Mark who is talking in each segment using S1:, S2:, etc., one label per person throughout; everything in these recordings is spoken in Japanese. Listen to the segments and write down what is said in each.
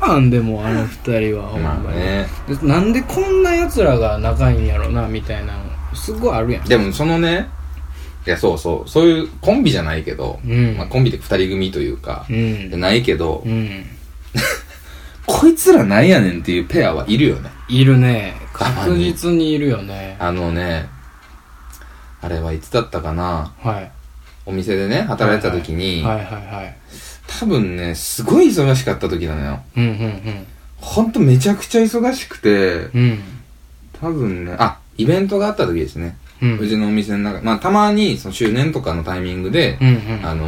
S1: なんでもあの二人はほんま
S2: ま
S1: に、
S2: あね
S1: でなんでこんなやつらが仲いいんやろなみたいなのすごいあるやん
S2: でもそのねいやそうそうそういうコンビじゃないけど、
S1: うん
S2: まあ、コンビで二人組というか
S1: う、
S2: じゃ
S1: ん
S2: ないけど、
S1: うん
S2: こいつらなんやねんっていうペアはいるよね
S1: いるね
S2: たま
S1: 確
S2: に
S1: 実にいるよね
S2: あのねあれはいつだったかな
S1: はい
S2: お店でね働いてた時に、
S1: はいはいはい
S2: 多分ねすごい忙しかった時なのよ
S1: うんうん
S2: ほんとめちゃくちゃ忙しくて
S1: うんうん
S2: 多分ねあイベントがあった時ですね、
S1: うん
S2: うちのお店の中まあたまにその周年とかのタイミングで
S1: う、んうん
S2: あ
S1: はい
S2: の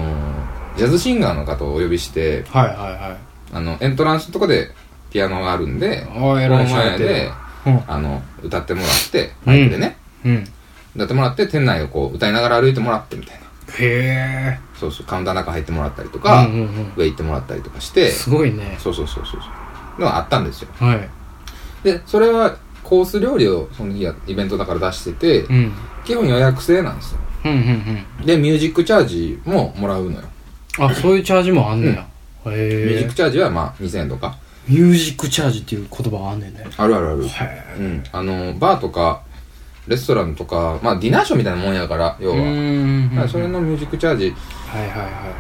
S2: ージャズシンガーの方をお呼びして
S1: はいは
S2: あのエントランスのとこでピアノがあるんで
S1: いおー
S2: こ
S1: え
S2: の
S1: らいしゃ
S2: 前
S1: れて
S2: で
S1: るうん
S2: あの歌ってもらってライブでね、
S1: うん
S2: 歌ってもらって店内をこう歌いながら歩いてもらってみたいな
S1: へえ
S2: そうそうカウンターの中入ってもらったりとか、
S1: うんうんうん
S2: 上行ってもらったりとかして
S1: すごいね
S2: そうそうそうそうそうのがあったんですよ
S1: はい
S2: でそれはコース料理をその日はイベントだから出してて、
S1: うん
S2: 基本予約制なんですよ
S1: うんうんうん
S2: でミュージックチャージももらうのよ、
S1: あそういうチャージもあんねやへえ
S2: ミュージックチャージはまあ2000円とか
S1: ミュージックチャージっていう言葉があんねんね
S2: あるあるある
S1: へ
S2: うんあのバーとかレストランとかまあディナーショーみたいなもんやから
S1: う
S2: 要は、
S1: ん
S2: だからそれのミュージックチャージ
S1: はいはいは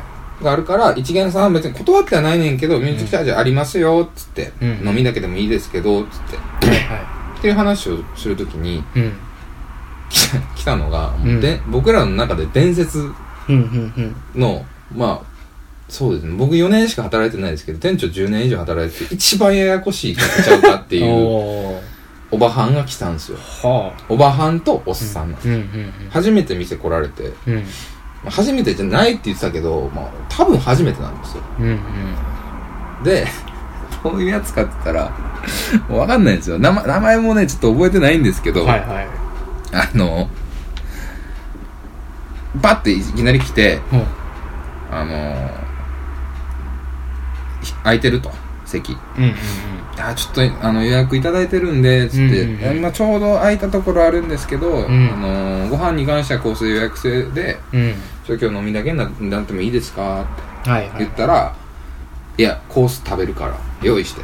S2: があるから一元さんは別に断ってはないねんけどミュージックチャージありますよっつって、
S1: うん
S2: 飲みだけでもいいですけどっつって
S1: いはいは
S2: っていう話をするときに
S1: いうん
S2: 来た来たのが、もううんで僕らの中で伝説
S1: うんうん
S2: のまあそうですね僕4年しか働いてないですけど店長10年以上働いてて一番ややこしい方ちゃうかって
S1: うん
S2: い う
S1: おー
S2: おばはんが来たんですよ
S1: はあ
S2: おばはんとおっさんなんです、
S1: うんうん
S2: 初めて店来られて、ま
S1: うんうん
S2: あ初めてじゃないって言ってたけど、まあ、多分初めてなんですよ
S1: うんうん
S2: で どういうやつかって言ったらもう分かんないんですよ名前名前もねちょっと覚えてないんですけど、
S1: はいは
S2: あのバッていきなり来て
S1: いうん
S2: あのひ空いてると席
S1: うんうん
S2: あちょっとあの予約いただいてるんでつって、
S1: うんうんうん
S2: 今ちょうど空いたところあるんですけど、
S1: ん
S2: あのご飯に関してはコース予約制で
S1: うんうん
S2: ちょ今日飲みだけにななってもいいですか?」
S1: はい
S2: っ
S1: は
S2: て言
S1: い
S2: ったら「い、やコース食べるから用意して」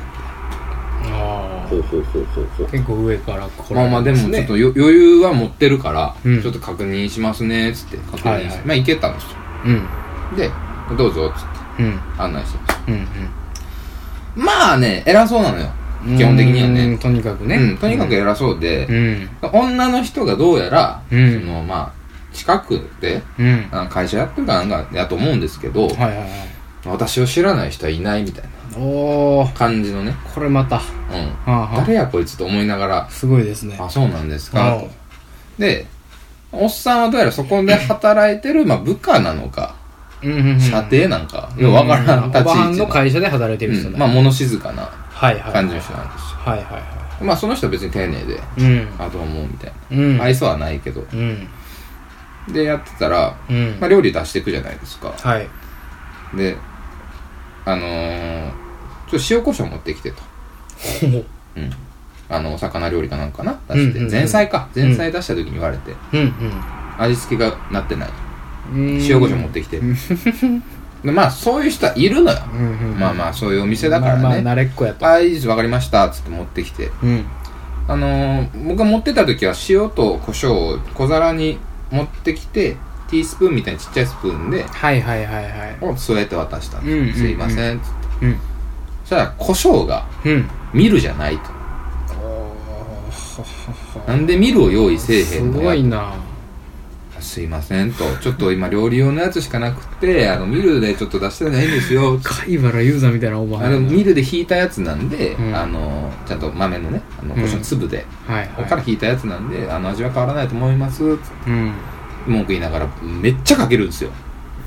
S1: あ
S2: ほうほうほうほうほう
S1: あ結構上からこれ
S2: まあまあでもちょっとよ余裕は持ってるから、
S1: うん
S2: ちょっと確認しますねっつって確認して、
S1: はいはい
S2: まあ行けたんですよ
S1: うん
S2: で「どうぞ」っつって
S1: うん
S2: 案内してました
S1: うん
S2: まあね偉そうなのよ
S1: うん
S2: 基本的にはね
S1: うんとにかくね
S2: うん、とにかく偉そうで、
S1: うん
S2: 女の人がどうやら、
S1: うん
S2: そのまあ近くで
S1: うん
S2: あの会社やってるかなんかやと思うんですけど、
S1: はいはいはい
S2: 私を知らない人はいないみたいな
S1: おお
S2: 感じのね、
S1: これまた
S2: うん、
S1: はあは
S2: 誰やこいつと思いながら
S1: あすごいですね
S2: あそうなんです
S1: う
S2: か
S1: ん
S2: とでおっさんはどうやらそこで働いてる、まあ、部下なのか
S1: うんうんうん
S2: 射程なんか、ようわからん
S1: お
S2: 立ち
S1: ばはん
S2: 位
S1: の
S2: 置
S1: 会社で働いてる人
S2: うん
S1: だ
S2: まあ物静かな
S1: はいはいはい
S2: 感じの人なんですよ、
S1: はいはいは
S2: まあその人は別に丁寧で
S1: いうん
S2: あとはもうみたい
S1: うん
S2: な愛想はないけど
S1: うん
S2: でやってたら、
S1: うん
S2: まあ、料理出していくじゃないですか
S1: はい
S2: であのー、ちょっと塩コショウ持ってきてと、
S1: ほほ
S2: うん、あのお魚料理かなんかな出し
S1: うんうんう
S2: て
S1: ん
S2: 前菜か前菜出した時に言われて
S1: うん
S2: 味付けがなってない
S1: うんうん
S2: 塩コショウ持って きてでまあそういう人はいるのよ
S1: うんうん
S2: まあまあそういうお店だからね、
S1: まあまあ慣れっこやと
S2: あいいですわかりましたっつって持ってきて
S1: うん
S2: あのー僕が持ってた時は塩と胡椒を小皿に持ってきてティースプーンみたいなちっちゃいスプーンで
S1: はいはいはいはい
S2: を添えて渡したんです、
S1: うんうんうん
S2: すいませんっつって
S1: うん
S2: そしたら胡椒が
S1: うん
S2: ミルじゃないとなんでミルを用意せえへ
S1: す
S2: んの
S1: ごいな
S2: すいませんとちょっと今料理用のやつしかなくてあのミルでちょっと出してないんですよ
S1: 貝原ユーザーみたいなおば
S2: あ
S1: は
S2: の
S1: ん
S2: ミルで引いたやつなんで、
S1: うん
S2: あのちゃんと豆のねあの胡椒の粒で、
S1: はい
S2: ここから
S1: は
S2: 引いたやつなんであの味は変わらないと思いますつって
S1: いうん
S2: 文句言いながらめっちゃかけるんですよ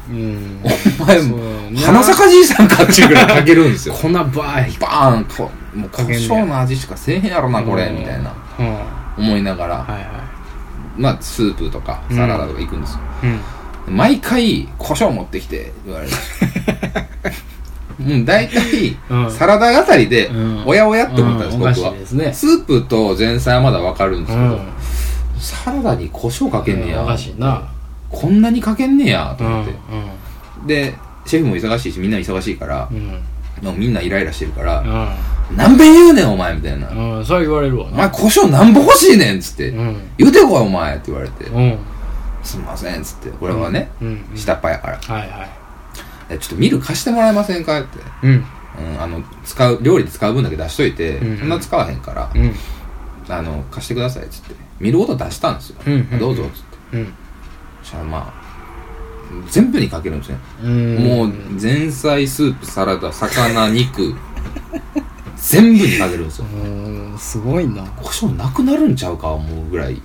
S1: うん
S2: お前
S1: そ
S2: も
S1: うね
S2: 花坂じいさんかっていうぐらいかけるんですよ
S1: 粉ばーい
S2: バーンこもう胡
S1: かけんねや
S2: 椒の味しかせえへんやろなこれみたいな
S1: うん
S2: 思いながら
S1: はいは
S2: まあスープとかサラダとか行くんですよ、
S1: いうん
S2: 毎回胡椒持ってきて言わ れるうん大体、
S1: うん
S2: サラダ語りで、
S1: うん
S2: おやおやって思ったんです、
S1: うんおか
S2: 僕
S1: し
S2: はい
S1: ですね
S2: スープと前菜はまだわかるんで
S1: う
S2: すけど、
S1: ん
S2: サラダに胡椒かけんねや、
S1: おかしいな
S2: こんなにかけんねやと
S1: うん
S2: 思って、でシェフも忙しいしみんな忙しいから
S1: うん
S2: のみんなイライラしてるから、
S1: う
S2: 何べん言うねんお前みたいな。
S1: ん。うん。そう言われるわ
S2: お前
S1: な。
S2: 胡椒なんぼ欲しいねんっつって、
S1: うん。
S2: 言うてこいお前って言われて、
S1: うん。
S2: すんませんっつって、俺はね、
S1: うん。うん。
S2: 下っ端やから、
S1: はいはい。
S2: えちょっとミル貸してもらえませんかって。
S1: うん。
S2: うん、あの、使う、料理で使う分だけ出しといて、
S1: うん
S2: そんな使わへんから
S1: う、ん。
S2: あの、貸してくださいっつって、ミルごと出したんですよ。
S1: うんうん
S2: どうぞっつって。
S1: うん。
S2: そしたらまあ、全部にかけるんですね。
S1: うん。
S2: もう、前菜、スープ、サラダ、魚、肉、全部にかけるんですよ。
S1: うん、すごいな。
S2: 胡椒なくなるんちゃうか思うぐらい。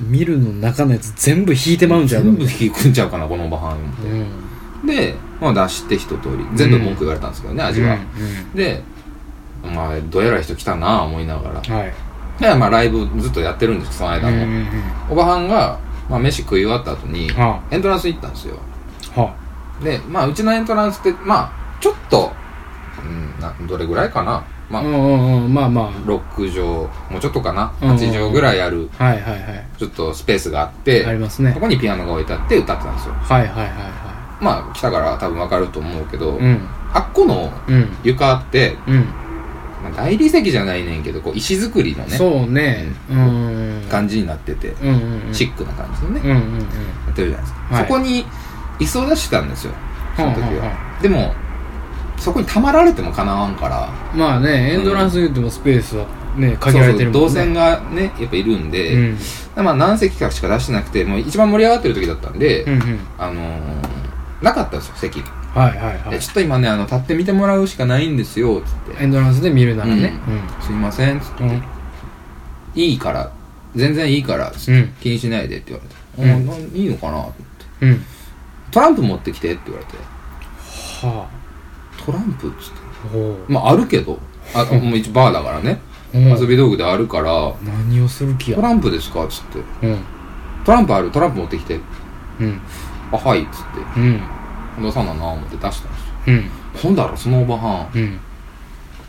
S1: 見るの中のやつ全部引いてまうんじゃん。
S2: 全部引くんちゃうかな、このご飯。
S1: うん。
S2: で、まあ出して一通り。全部文句言われたんですけどね、味は。
S1: うん。
S2: で、まあ、どえらい人来たなぁ思いながら。
S1: うん。はい。
S2: で、まあライブずっとやってるんですその間も。
S1: うん。
S2: おばはんが、まあ、飯食い終わった後に、
S1: は
S2: エントランス行ったんですよ。
S1: あ。は
S2: で、まあ、うちのエントランスって、まあ、ちょっと、うん、などれぐらいかな。ま
S1: あ。
S2: あ、
S1: うんうんうん。まあま
S2: 6畳、もうちょっとかな。
S1: うんうんうん
S2: 8畳ぐらいある、
S1: あ。はいはいはい。
S2: ちょっとスペースがあって、
S1: ありますね
S2: そ。こにピアノが置いてあって歌ってたんですよ。
S1: はいはいはいは
S2: まあ、来たから多分わかると思うけど、
S1: い。うん。
S2: あっこの
S1: うん。
S2: 床って、
S1: うん。
S2: まあ、大理石じゃないねんけど、こう、石造りのね、
S1: そうね。うん。
S2: 感じになってて、
S1: うんうんうん。
S2: シックな感じのね、
S1: うんうんうん。
S2: やってるじゃないですか。
S1: はい
S2: そこに、椅子を出してたんですよ。その時
S1: うんうんう
S2: は。でも、そこにたまられてもかなわんから、
S1: まあね、エントランス言ってもスペースはね、限られてるもんね。
S2: そうそう動線がね、やっぱいるんで、
S1: うん。
S2: まあ何席かしか出してなくて、もう一番盛り上がってる時だったんで、
S1: うんうん。
S2: あのー、なかったんですよ、席。
S1: はいはいは
S2: で
S1: い
S2: ち。ょっと今ね、あの、立って見てもらうしかないんですよ、つって。
S1: エントランスで見るならね。
S2: すいません、つっ
S1: うん。うん。
S2: て。いいから、全然いいから、つって
S1: うん
S2: 気にしないでって言われて。
S1: うん
S2: あなんいいのかなと思って。
S1: うん。
S2: トランプ持ってきてって言われて。
S1: は
S2: トランプっつって。
S1: あ。おう
S2: まああるけど、あ、もう一応バーだからね。
S1: うん
S2: 遊び道具であるから、
S1: 何をする気
S2: ト
S1: や。
S2: ランプですかつって。
S1: うん。
S2: トランプあるトランプ持ってきて。
S1: うん。
S2: あ、はい。つっ
S1: う
S2: て。
S1: ん。
S2: 出さなな思って出したんですよ。
S1: うん。
S2: ほんだら、そのおばは
S1: う
S2: ん、
S1: ん。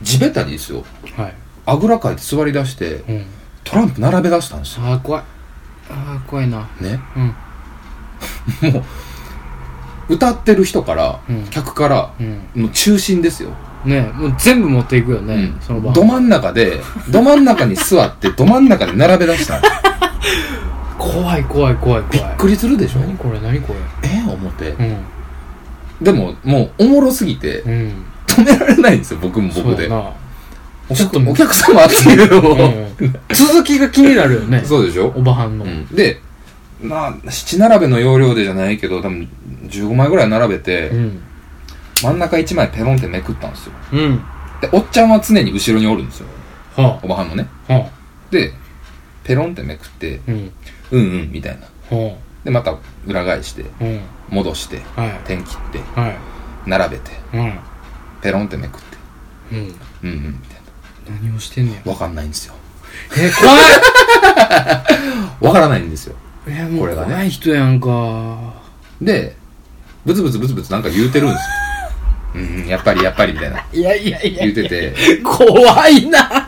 S2: 地べたにですよ。
S1: はい。
S2: あぐらかいて座り出して、
S1: うん。
S2: トランプ並べ出したんですよ。
S1: ああ、怖い。ああ、怖いな。
S2: ね。
S1: うん。
S2: もう、歌ってる人から、
S1: うん
S2: 客から、
S1: うん。
S2: もう中心ですよ。
S1: ねもう全部持っていくよね、
S2: うん
S1: その場
S2: ど真ん中で、ど真ん中に座 って、ど真ん中で並べ出したんですよ
S1: 怖い怖い怖い怖い。
S2: びっくりするでしょ
S1: 何これ何こ
S2: え思って。
S1: れうん。
S2: でも、もう、おもろすぎて、
S1: うん。
S2: 止められないんですよ、僕も僕
S1: そう
S2: で
S1: や。な。
S2: お
S1: ちょっと
S2: 客お客様っていうのを、
S1: うん続きが気になるよね。
S2: そうでしょ
S1: おばはんの。
S2: うん、で、まあ、七並べの容量でじゃないけど、多分15枚ぐらい並べて、
S1: うん。
S2: 真ん中1枚ペロンってめくったんですよ。
S1: うん。
S2: で、おっちゃんは常に後ろにおるんですよ。
S1: は
S2: おばはんのね。
S1: あ。はあ。
S2: で、ペロンってめくって、
S1: うん。
S2: うんうん、みたいな。
S1: は
S2: で、また裏返して、
S1: あ。うん。
S2: 戻して、
S1: はい。
S2: 点切って、
S1: はい。
S2: 並べて、
S1: うん。
S2: ペロンってめくって、
S1: うん。
S2: うんうん、みたい
S1: 何をしてんねや。
S2: な。わかんないんですよ。
S1: え、怖い
S2: わからないんですよ。
S1: え、も
S2: こ
S1: う
S2: れがね
S1: 怖い人やんか。
S2: で、ブツブツブツブツなんか言うてるんですよ。うんうん、やっぱりやっぱりみたいな。
S1: いやいやいや。
S2: 言うてて、
S1: 怖いな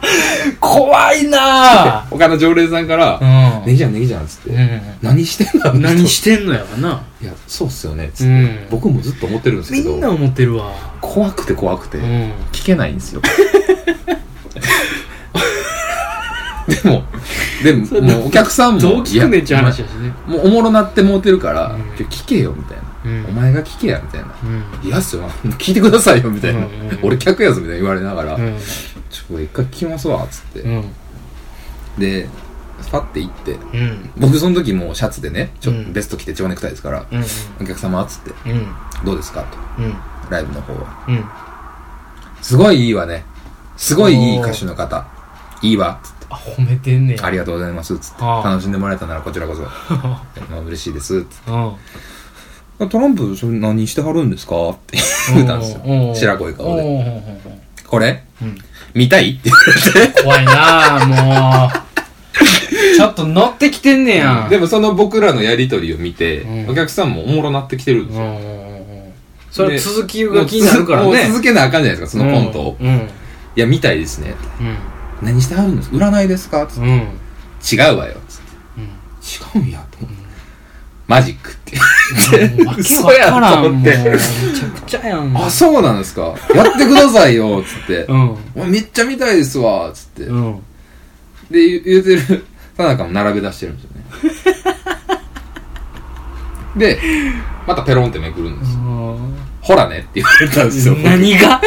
S1: 怖いな
S2: 他の常連さんから、
S1: うん。
S2: ネギじゃんネギじゃんっつって、
S1: うん
S2: 何してんだ
S1: 何してんのやわな。
S2: いやそうっすよねっつ
S1: う
S2: って、
S1: ん。
S2: 僕もずっと思ってるんですけ
S1: み
S2: ど
S1: んな思ってるわ。
S2: 怖くて怖くて、
S1: うん。
S2: 聞けない んですよでもでも
S1: それ
S2: もうお客さんも
S1: どう聞くねんっ
S2: い
S1: ちゅう
S2: や
S1: 話やしね。
S2: もうおもろなってもうてるから、
S1: うん
S2: ちょ聞けよみたいな、
S1: うん
S2: お前が聞けやみたいな、
S1: うん。
S2: いやっすよ聞いてくださいよみたいな、
S1: うんうんうん
S2: 俺客やぞみたいな言われながら、
S1: うん。
S2: ちょっと一回聞きますわっつって、
S1: うん。
S2: でパッて行って
S1: うん。
S2: 僕その時もうシャツでねちょ、
S1: うん
S2: ベスト着て蝶ネクタイですから、
S1: うん。
S2: お客様っつって
S1: うん。
S2: どうですかと
S1: うん。
S2: ライブの方は
S1: うん。
S2: すごいいいわねすごいいい歌手の方いいわつって
S1: あ、褒めてんねや。
S2: ありがとうございますつって
S1: ああ
S2: 楽しんでもらえたならこちらこそまあ嬉しいですつっ
S1: うん。
S2: てトランプそれ何してはるんですかって 言ったんですよ白濃い顔で
S1: で。
S2: これ
S1: うん。
S2: 見たいって
S1: 怖いなあもう。ちょっと乗ってきてんねや。
S2: でもその僕らのやりとりを見て、
S1: うん
S2: お客さんもおもろなってきてるんで
S1: う
S2: す
S1: んう
S2: よ、
S1: んうんうん。それは続きが気になるから
S2: もう
S1: ね。
S2: 続けなあかんじゃないですかそのコントを、い
S1: うん。うん。
S2: や見たいですね
S1: うん。
S2: 何してはるんです占いですかつっ
S1: うん。
S2: て違うわよつって違うんやと思ってマジックって
S1: もう訳わからん もうめちゃくちゃやん
S2: あ、そうなんですか。やってくださいよ、つって。
S1: うん
S2: おめっちゃ見たいですわ、つって。
S1: うん
S2: で、言う言うてる、 田中も並べ出してるんですよね。で、またペロンってめくるんですよ。ほらねって言われたんですよ。
S1: 何が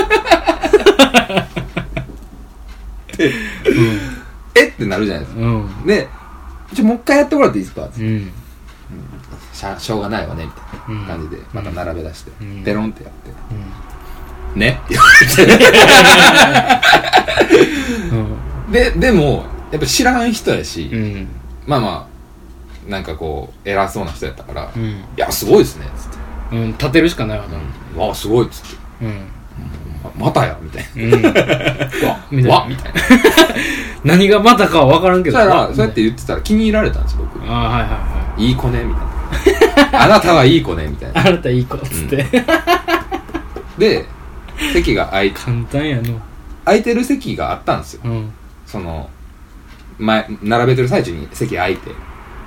S2: えってなるじゃないですか。
S1: うん
S2: で、ちょ、もう一回やってもらっていいですかつっ
S1: う
S2: て
S1: ん
S2: しゃしょうがないわね、みたいな感じで、また並べ出して
S1: うん、
S2: ペロンってやって、
S1: うん
S2: ねって言われて。
S1: うん
S2: で、でも、やっぱ知らん人やし、
S1: うん
S2: まあまあ、なんかこう、偉そうな人やったから、
S1: う
S2: い
S1: ん
S2: や、すごいですね、つって。
S1: うん立てるしかないわな
S2: うん、わあ、すごい、つって。
S1: うん
S2: ままたや、みたい
S1: うん
S2: な。わ、
S1: みたいな
S2: わみたいな。
S1: 何がまたかは分からんけ
S2: そし
S1: ど
S2: たら、そうやって言ってたら気に入られたんですよ、僕
S1: あ。あはいはい
S2: いい子ね、みたい な。あなたはいい子ね、みたいな。
S1: はいあなたいい子っつって、
S2: で、席が空い、
S1: 簡単やの
S2: 空いてる席があったんですよ。
S1: うん
S2: その、前、並べてる最中に席空いて。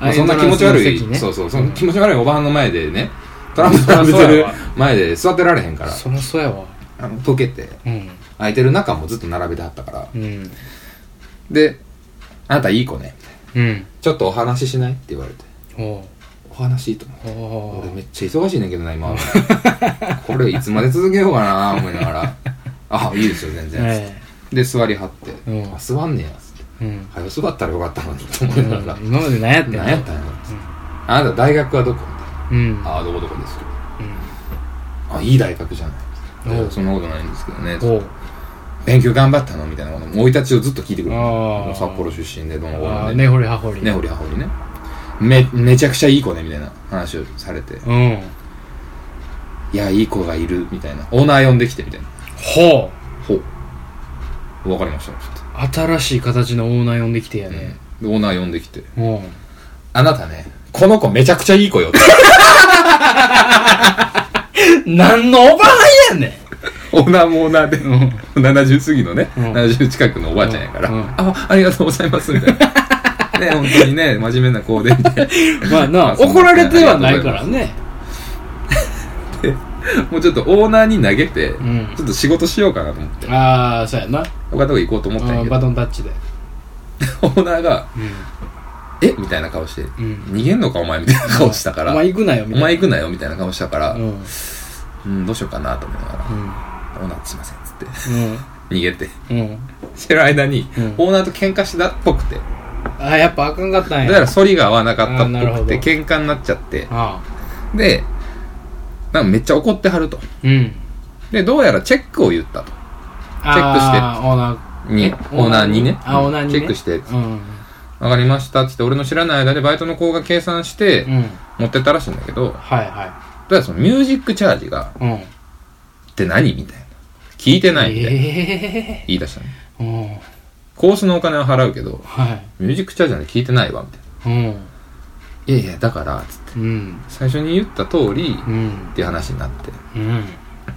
S2: ま
S1: あ
S2: あ、そんな気持ち悪
S1: エントランスの席
S2: い、
S1: ね
S2: そうそう、その気持ち悪いおばはんの前でね、トランプ並べ
S1: そりゃそ
S2: て
S1: うや
S2: る
S1: わ
S2: 前で座ってられへんから、
S1: そりゃそうやわ
S2: あの溶けて、
S1: うん
S2: 空いてる中もずっと並べてはったから。
S1: うん
S2: で、あなたいい子ね。
S1: うん
S2: ちょっとお話ししないって言われて。
S1: おう
S2: お話いいと思う。
S1: お
S2: 俺
S1: う
S2: めっちゃ忙しいねんけどな、今。 これいつまで続けようかな、思いながら。あ、いいですよ、全然。
S1: え
S2: で、座りはって。
S1: うん
S2: あ、座んねや。つって
S1: えうん
S2: 早座ったらよかったのに、と思
S1: う
S2: い
S1: ん
S2: ながら。
S1: 今まで何やってんの
S2: 何やったんやろ、つってあなた大学はどこみたい
S1: う
S2: な
S1: ん
S2: ああ、どこどこですよ。
S1: うん
S2: あ、いい大学じゃないつって
S1: おう
S2: そんなことないんですけどね。
S1: おう
S2: 勉強頑張ったのみたいなことも、生い立ちをずっと聞いてくる
S1: あ
S2: の。
S1: ー
S2: 札幌出身で、どうのこう
S1: あ
S2: の
S1: あ
S2: で。
S1: 根掘り葉掘り
S2: ねほりはほりねめめちゃくちゃいい子ねみたいな話をされて
S1: うん
S2: いやいい子がいるみたいなオーナー呼んできてみたいな
S1: ほう
S2: ほう分かりましたちょっと
S1: 新しい形のオーナー呼んできてやね
S2: でオーナー呼んできて
S1: うん
S2: あなたねこの子めちゃくちゃいい子よって
S1: 何のおばはんやねん
S2: オーナーもオーナーで、70過ぎのね、
S1: うん
S2: 70近くのおばあちゃんやから、
S1: うんうん
S2: あありがとうございますみたいなね本当にね真面目な子でみたいな
S1: まあ
S2: ま
S1: な
S2: あ そんな
S1: 怒られてはないからね
S2: もうちょっとオーナーに投げて、
S1: ん
S2: ちょっと仕事しようかなと思って
S1: ああそうやな
S2: 他のとこ行こうと思ったんや
S1: うん
S2: け
S1: バ
S2: ど
S1: トンタッチで
S2: オーナーが
S1: う
S2: 「えみたいな顔して「
S1: んうん
S2: 逃げんのかお前」みたいな顔したから
S1: お前行くなよ
S2: お
S1: みた
S2: 前
S1: い
S2: 行くなよみたいな顔したから、
S1: な
S2: うん、どうしようかなと思いなが
S1: う
S2: ら、オーナーすいませんっつって、
S1: ん
S2: 逃げて。
S1: うんうん
S2: してる間に、
S1: うん
S2: オーナーと喧嘩したっぽくて、
S1: あやっぱあかんかったんや
S2: だから反りが合わなかった
S1: あーなる
S2: っ
S1: ほ
S2: ぽく
S1: ど
S2: て、喧嘩になっちゃって、
S1: あ
S2: で、なんかめっちゃ怒ってはると。
S1: あうん
S2: で、どうやらチェックを言ったと。
S1: あーオーナ
S2: に、
S1: え
S2: オーナーにね。
S1: あオーナーにね
S2: チェックして、
S1: ーうん
S2: わかりましたってって、俺の知らない間でバイトの子が計算して、
S1: うん
S2: 持ってったらしいんだけど、
S1: はいは
S2: どうやらそのミュージックチャージが、
S1: いうん
S2: って何みたいな。聞いてないみたいな。
S1: え
S2: 言い出したね。
S1: えうん
S2: コースのお金は払うけど、
S1: はい
S2: ミュージックチャージなんて聞いてないわ、みたいな。
S1: うん
S2: いやいや、だから、つっ
S1: う
S2: て。
S1: ん
S2: 最初に言った通り、
S1: う
S2: っ
S1: ん
S2: ていう話になって。
S1: うん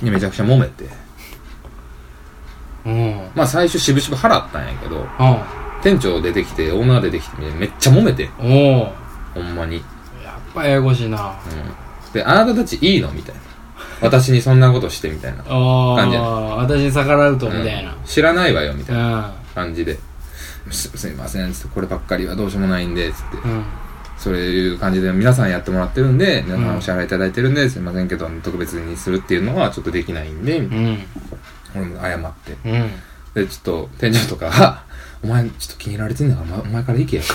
S2: でめちゃくちゃ揉めて。
S1: うん
S2: まあ最初しぶしぶ払ったんやけど、
S1: あ
S2: 店長出てきて、オーナー出てきて、めっちゃ揉めて。
S1: おお
S2: ほんまに。
S1: やっぱややこしいな
S2: うん。で、あなたたちいいのみたいな。私にそんなことして、みたいな。
S1: あ
S2: 感じや
S1: あ私に逆らうとみたい
S2: うん知らないわよ、みたいな
S1: な
S2: 感じで。すすいません、つって、こればっかりはどうしようもないんで、つって
S1: う。んうん
S2: そういう感じで皆さんやってもらってるんで、皆さんお支払いいただいてるんで、すいませんけど、特別にするっていうのはちょっとできないんで、みたい
S1: うん
S2: な俺も謝って。
S1: うん
S2: で、ちょっと、店長とかが、 お前、ちょっと気に入られてんだから、お前お前から行 けや。い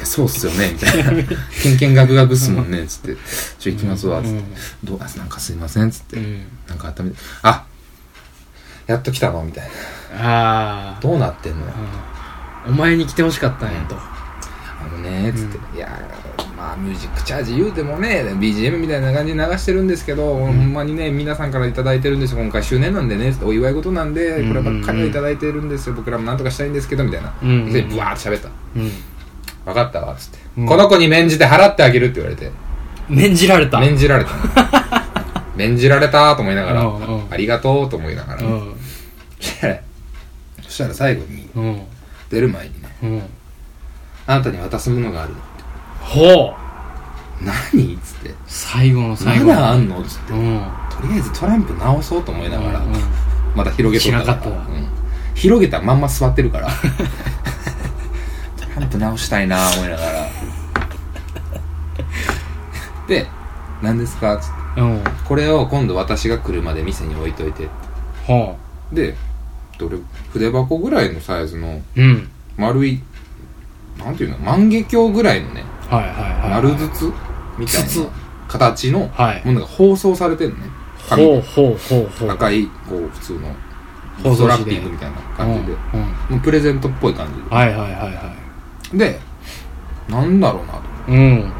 S2: や、そうっすよね、みたいな。けんけんがくがくっすもんね、つって。ちょ、行きますわ、つって。どうあ、なんかすいません、つっ
S1: う
S2: て。
S1: ん
S2: なんかあったみたい。あやっと来たのみたいな。
S1: あ
S2: どうなってんの
S1: あお前に来てほしかったんやと
S2: あのね、つって。いや、まあ、ミュージックチャージ言うてもね、BGM みたいな感じで流してるんですけど、ほんまにね、皆さんからいただいてるんですよ。今回周年なんでね、つってお祝い事なんで、こればっかりはいただいてるんですよ。僕らもなんとかしたいんですけど、みたいな。
S1: うん
S2: で、ブワーって喋った。
S1: うん
S2: 分かったわ、つって、
S1: うん
S2: この子に免じて払ってあげるって言われて。
S1: 免じられた
S2: 免じ られたの。免じられたと思いながら、
S1: うんうん
S2: ありがとうと思いながら、
S1: う
S2: ね
S1: ん
S2: そしたら最後に、
S1: うん
S2: 出る前にね、
S1: うん
S2: あなたに渡すものがある。
S1: ほう
S2: 何っつって
S1: 最後の最後
S2: まだあんのっつって
S1: うん
S2: とりあえずトランプ直そうと思いながら、
S1: うんうん
S2: また広げとっ
S1: しな
S2: た
S1: かったわ
S2: うん広げたまんま座ってるからトランプ直したいな思いながらで「何ですか?」つって
S1: うん
S2: これを今度私が来るまで店に置いといて
S1: ほ
S2: でどれ筆箱ぐらいのサイズの
S1: ううん
S2: 丸いなんていうの万華鏡ぐらいのね
S1: はいはいはい
S2: 丸筒みたい
S1: 筒
S2: な形の
S1: はい
S2: ものが包装されてるのね紙
S1: ほうほうほうほう
S2: 赤いこう普通
S1: 包装紙で
S2: のストラッピングみたいな感じで、
S1: うんうん
S2: もうプレゼントっぽい感じ
S1: はいはいはいは
S2: ででなんだろうなと
S1: いうん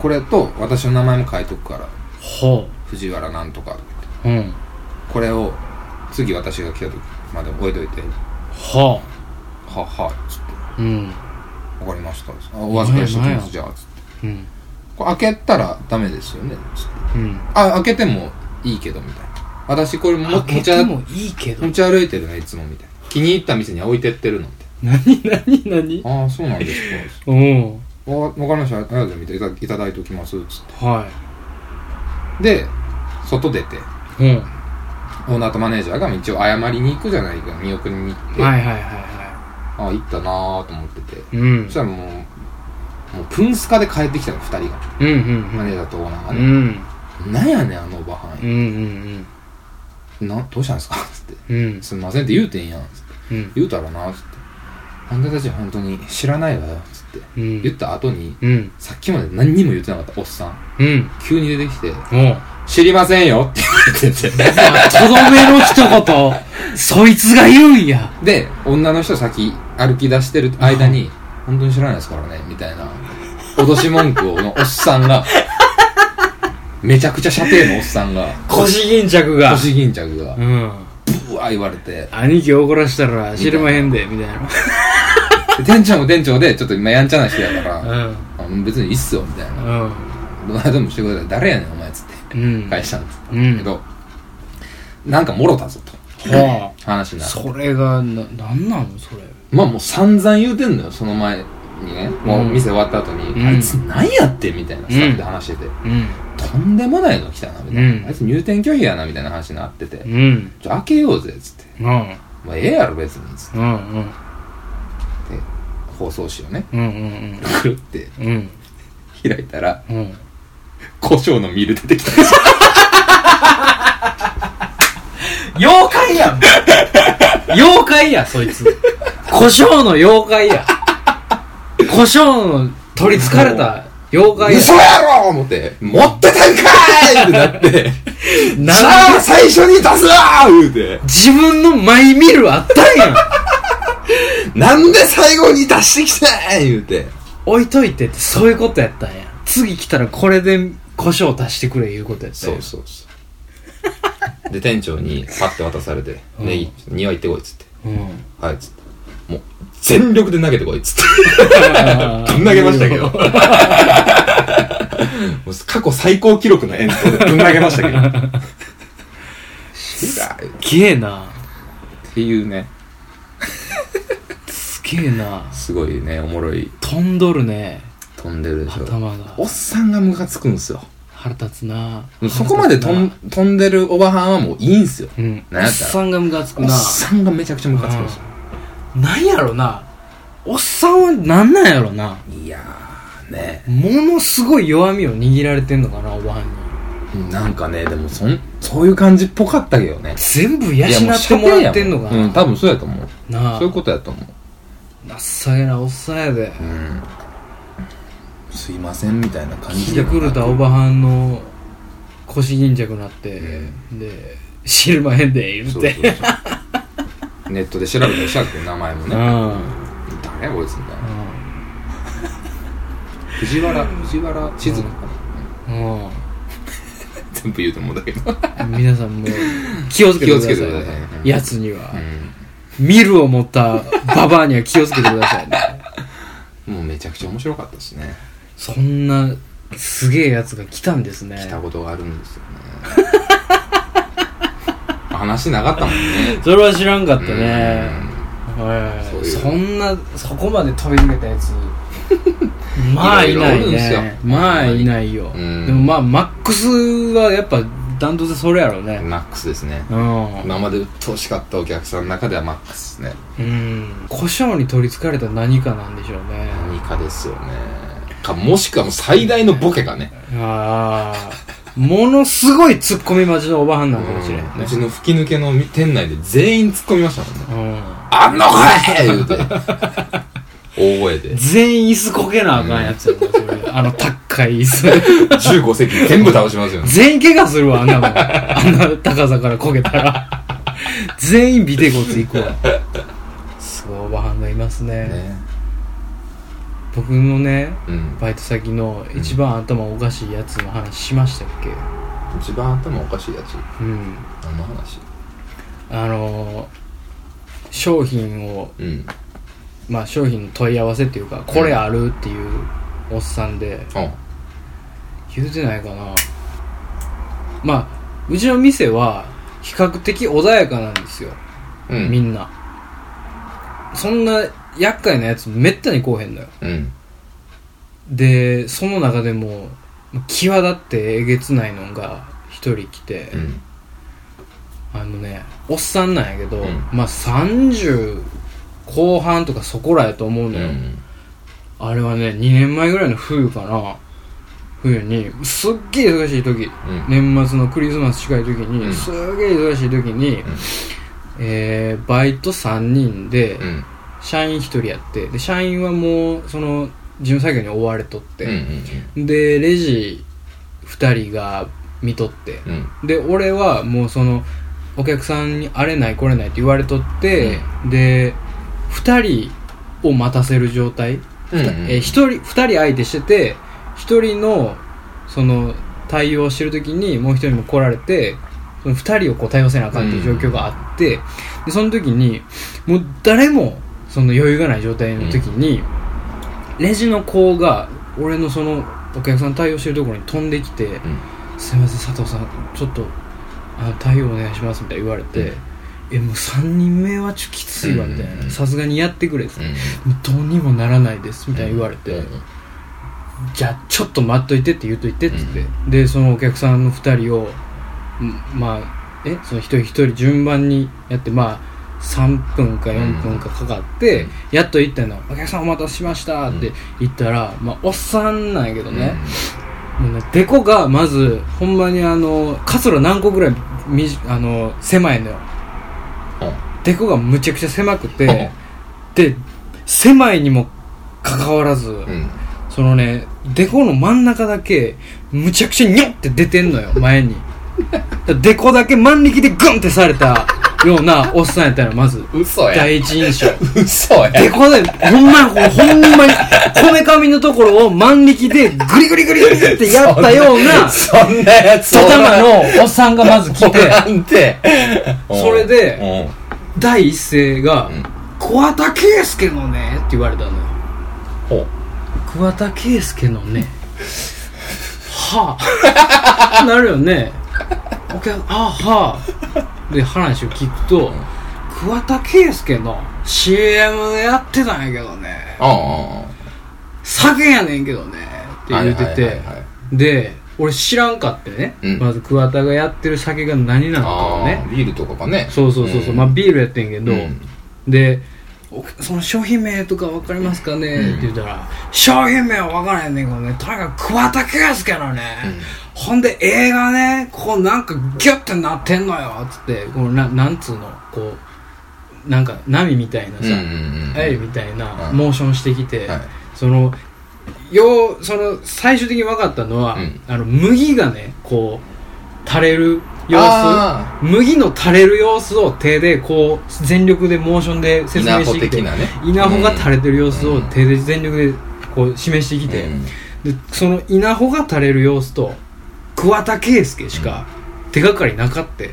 S2: これと私の名前も書いとくから
S1: ほ
S2: 藤原なんとかとか言
S1: う
S2: って
S1: うん
S2: これを次私が来た時まで覚えといて
S1: ほ
S2: はっはっつって
S1: ううん
S2: 「わかりました」あお預かりしてき
S1: 前や前
S2: ま
S1: や
S2: すじゃあ」つって
S1: うん
S2: これ開けたらダメですよねつって
S1: うん
S2: あ開けてもいいけどみたいな私これも持
S1: 開け
S2: ち
S1: て
S2: 歩
S1: もいいけど
S2: 持ち歩いてるねいつもみたいな気に入った店に置いてってるのみたい
S1: 何何何
S2: なああそうなんですか
S1: うん
S2: あわかりましたありがとうございますいたいただいておきますつっ
S1: は
S2: てで外出て
S1: いうん
S2: オーナーとマネージャーが一応謝りに行くじゃないか見送りに行って、
S1: はいはいはいは
S2: ああ行ったなーと思ってて
S1: いうん
S2: そしたらもうもうプンスカで帰ってきたの2人が
S1: うん
S2: マネージャーとオーナー
S1: う
S2: が
S1: んう
S2: ね
S1: ん
S2: 「なんやねんあのおばは
S1: うんうんん
S2: などうしたんですか?」 つって
S1: うんうん
S2: 「すんません」って言うてんやんつって
S1: うん
S2: 言うたらなつって「あんたたち本当に知らないわよ」つって
S1: うん
S2: 言った後に
S1: うん
S2: さっきまで何にも言ってなかったおっさん
S1: うん
S2: 急に出てきて
S1: おう
S2: 「知りませんよ」って言われてて
S1: まあとどめの一言そいつが言うんや
S2: で女の人先歩き出してる間に「本当に知らないですからね」みたいな脅し文句をのおっさんがめちゃくちゃ射程のおっさんが
S1: 腰巾着が
S2: 腰巾着が
S1: うん
S2: ブワー言われて
S1: 兄貴怒らしたら知れまへんでみたいな
S2: で店長も店長でちょっと今やんちゃな人やから
S1: う
S2: あ
S1: ん
S2: 「別にいいっすよ」みたいな
S1: うん
S2: どないでもしてください。誰やねん、お前っつっ
S1: う
S2: て。
S1: ん
S2: 返したんです。
S1: うん
S2: けど、なんかもろたぞと。
S1: は
S2: 話
S1: あ
S2: になって。
S1: それがななんなのそれ
S2: まあもう散々言うてんのよ、その前にね。もう店終わった後に、
S1: うん
S2: あいつ何やってんみたいな、スタッフで話してて。
S1: うん
S2: とんでもないの来たな、みたいな。
S1: うん
S2: あいつ入店拒否やな、みたいな話になってて。
S1: うん
S2: ちょ、開けようぜ、つって。
S1: うん
S2: まあええやろ、別に、つっ
S1: うんうん
S2: て。放送紙をね、
S1: うんうん
S2: くるって
S1: うんうん
S2: 開いたら、
S1: うん
S2: 胡椒のミル出てきたんですよ。
S1: 妖怪やん妖怪やそいつ胡椒の妖怪や胡椒の取りつかれた妖怪や
S2: 嘘やろ思って、持ってたんかーいってなって。じ
S1: な
S2: ゃあ最初に出すわー言うて。
S1: 自分のマイミルあったん やん
S2: なんで最後に出してきたん言うて。
S1: 置いといてってそういうことやったんや次来たらこれで胡椒足してくれいうことやったんや
S2: そうそう。で、店長にパッて渡されて、
S1: うん
S2: ネギ、匂い行ってこいっつって。
S1: うん
S2: はいっつって。もう、全力で投げてこいっつって。
S1: あ
S2: ぶん投げました けど。もう過去最高記録の演奏でぶん投げましたけど。知らんっ
S1: すげえな
S2: ていうね、
S1: すげえな
S2: すごいね、おもろい、
S1: 飛んどるね
S2: 飛んでるでしょ。
S1: 頭が
S2: おっさんがムカつくんすよ。
S1: 腹立つな
S2: そこまで飛ん飛んでるおばはんはもういいんすよ。
S1: うんお
S2: なん
S1: っ
S2: やったら
S1: さんがムカつく
S2: おっ
S1: な
S2: さんがめちゃくちゃムカつくんですよ。
S1: なんやろなおっさんはなんなんやろない
S2: やーね。
S1: ものすごい弱みを握られてんのかなおばはんに
S2: なんかね、でもそん、そういう感じっぽかったけどね。
S1: 全部養ってもらってんのか
S2: いやもう射程やもんうん、
S1: な
S2: 多分そうやと思う。
S1: なあ
S2: そういうことやと思う。
S1: なっさげなおっさんやで
S2: うん。すいませんみたいな感
S1: 来
S2: じ
S1: て
S2: で。
S1: くれたおばはんの腰巾着になって、で知るまへんで言う
S2: そう
S1: て
S2: そうそうネットで調べてシャークの名前も
S1: う
S2: ね。
S1: んうん
S2: 誰やこいつみたいな。藤原、藤原地図
S1: うん
S2: 全部言うと思うんだけど。
S1: 皆さ んも気をつけてください,、
S2: 気をつけてくださいね
S1: やつには、
S2: う
S1: ミルを持ったババアには気をつけてくださいね
S2: ん。もうめちゃくちゃ面白かったしね。
S1: そんなすげえやつが来たんですね
S2: 来たことがあるんですよね 話なかったもんね
S1: それは知らんかったねはい
S2: そういう
S1: そんなそこまで飛び抜けたやつ まあいない
S2: いろいろおるんすよ
S1: ねまあいないよ
S2: う
S1: で
S2: ん
S1: もまあマックスはやっぱダントツでそれやろうね
S2: マックスですね
S1: うん
S2: 今まで鬱陶しかったお客さんの中ではマックスですね
S1: うん胡椒に取りつかれた何かなんでしょうね
S2: 何かですよねかもしくはもう最大のボケがね
S1: ああものすごいツッコミ待ちのおばはんなのかもしれんね
S2: うんうちの吹き抜けの店内で全員突っ込みましたもん
S1: う
S2: ね
S1: ん
S2: あんのかい言 うて大声で
S1: 全員椅子こけなあかんやつやなそれあの高い椅子
S2: 15席全部倒しますよね
S1: 全員怪我するわあんなもんあんな高さからこけたら全員ビテゴツ行くわすごいおばはんがいますね
S2: ね
S1: 僕のね
S2: うん
S1: バイト先の一番頭おかしいやつの話しましたっけ
S2: 一番頭おかしいやつ
S1: うん
S2: 何の話
S1: あのー商品を
S2: うん
S1: まあ、商品の問い合わせっていうかこれあるっていうおっさんで
S2: あ
S1: 言うてないかなまあうちの店は比較的穏やかなんですよ、
S2: うん
S1: みんなそんな厄介なやつめったに来おへんのよ
S2: うん
S1: でその中でも際立ってえげつないのが一人来て、
S2: うん
S1: あのねおっさんなんやけど、
S2: うん
S1: まあ30後半とかそこらやと思う
S2: う
S1: のよ、
S2: ん
S1: あれはね、2年前ぐらいの冬かな。冬に、すっげえ忙しい時、
S2: うん
S1: 年末のクリスマス近い時に、
S2: うん
S1: すっげえ忙しい時に、えー、バイト3人で、
S2: うん
S1: 社員1人やって、で、社員はもう、その、事務作業に追われとっ
S2: うん
S1: て、で、レジ2人が見とって、
S2: うんうん
S1: で俺はもうそのお客さんにあれないこれないって言われとって、で2人を待たせる状態、
S2: うんうん
S1: えー、1人2人相手してて1人のその対応してる時にもう1人も来られてその2人をこう対応せなあかんっていう状況があって、でその時にもう誰もその余裕がない状態の時に、レジの子が俺のそのお客さん対応してるところに飛んできて、
S2: うん
S1: すいません佐藤さんちょっとあ対応お願いしますみたいな言われて、えもう3人目はちょっときついわみたい
S2: うん
S1: なさすがにやってくれです、
S2: うん
S1: もうどうにもならないですみたいな言われて、
S2: うん
S1: じゃあちょっと待っといてって言っといてっつって、
S2: う
S1: でそのお客さんの2人をんまあえその一人一人順番にやってまあ3分か4分かかかって、
S2: うん
S1: やっと行ったの「お客さんお待たせしました」って言ったら、まあ、おっさんなんやけどね、もうね、デコがまずほんまにあの活路何個ぐらいみじあの狭いのよデコがむちゃくちゃ狭く
S2: うん
S1: てで狭いにもかかわらず、
S2: うん
S1: そのねデコの真ん中だけむちゃくちゃニョって出てん のよ前にだからデコだけ万力でグンってされたようなおっさんやったのまず
S2: 嘘や
S1: 第一印象
S2: 嘘
S1: で
S2: や
S1: こね、ほんまに、ほんまに、こめかみのところを万力でグリグリグリグリってやったような、
S2: そんなやつ
S1: ド
S2: お
S1: タ
S2: ら
S1: マ
S2: ん
S1: のおっさんがまず来て、
S2: なんて
S1: それで
S2: うん
S1: 第一声が
S2: うん、
S1: 桑田佳祐のねって言われたのよ。
S2: ほう
S1: 桑田佳祐のね。はあ。なるよね。お客、あはあ。で、話を聞くと、桑田佳祐の CM でやってたんやけどね。
S2: ああ
S1: 酒やねんけどね。って言って
S2: はいはい
S1: て
S2: はいはい。
S1: で、俺知らんかってね。
S2: うん
S1: まず桑田がやってる酒が何なのかを
S2: あ
S1: ね
S2: あ。ビールとかがね
S1: そうそうそうそう、
S2: ん
S1: まあビールやってんけど、
S2: うん
S1: でおその商品名とか分かりますかね、っ
S2: ん
S1: て言ったら商品名は分からへんねんけどねとにかく桑田佳祐のね、
S2: うん
S1: ほんで映画ねこうなんかギュッてなってんのよつってこのななんつうのこうなんか波みたいな
S2: う
S1: さ、
S2: んうんうん
S1: えいみたいな
S2: うん
S1: モーションしてきて、
S2: はい
S1: そのようその最終的に分かったのは、
S2: うん
S1: あの麦がねこう垂れる様
S2: あ
S1: 子麦の垂れる様子を手でこう全力でモーションで説明してきて
S2: 稲穂的なね
S1: 稲穂が垂れてる様子
S2: う
S1: を
S2: ん
S1: 手で全力でこう示してきて、
S2: うん
S1: でその稲穂が垂れる様子と桑田佳祐しか手がかりなかって、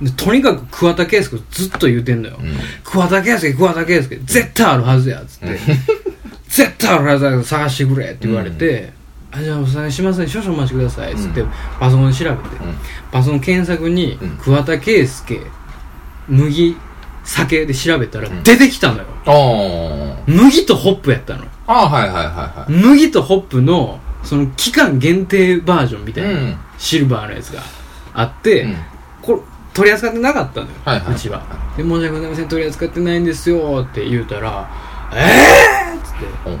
S1: でとにかく桑田佳祐ずっと言うてんのよ、
S2: うん
S1: 桑田佳祐桑田佳祐絶対あるはずやっつって絶対あるはずやから探してくれって言われて、あじゃあお探ししますね少々お待ちくださいっつって、
S2: うん
S1: パソコンで調べて、
S2: うん
S1: パソコン検索に、
S2: うん
S1: 桑田佳祐麦酒で調べたら
S2: うん
S1: 出てきたのよ、
S2: ああ
S1: 麦とホップやったの
S2: ああはいはいは
S1: 麦とホップのその期間限定バージョンみた
S2: い
S1: い
S2: はい
S1: な、
S2: うん
S1: シルバーのやつがあって、
S2: うん
S1: これ取り扱ってなかったのよ、
S2: はいはいう
S1: ちはで「申し訳ございません取り扱ってないんですよ」って言うたら「ええー!」っつって、
S2: うん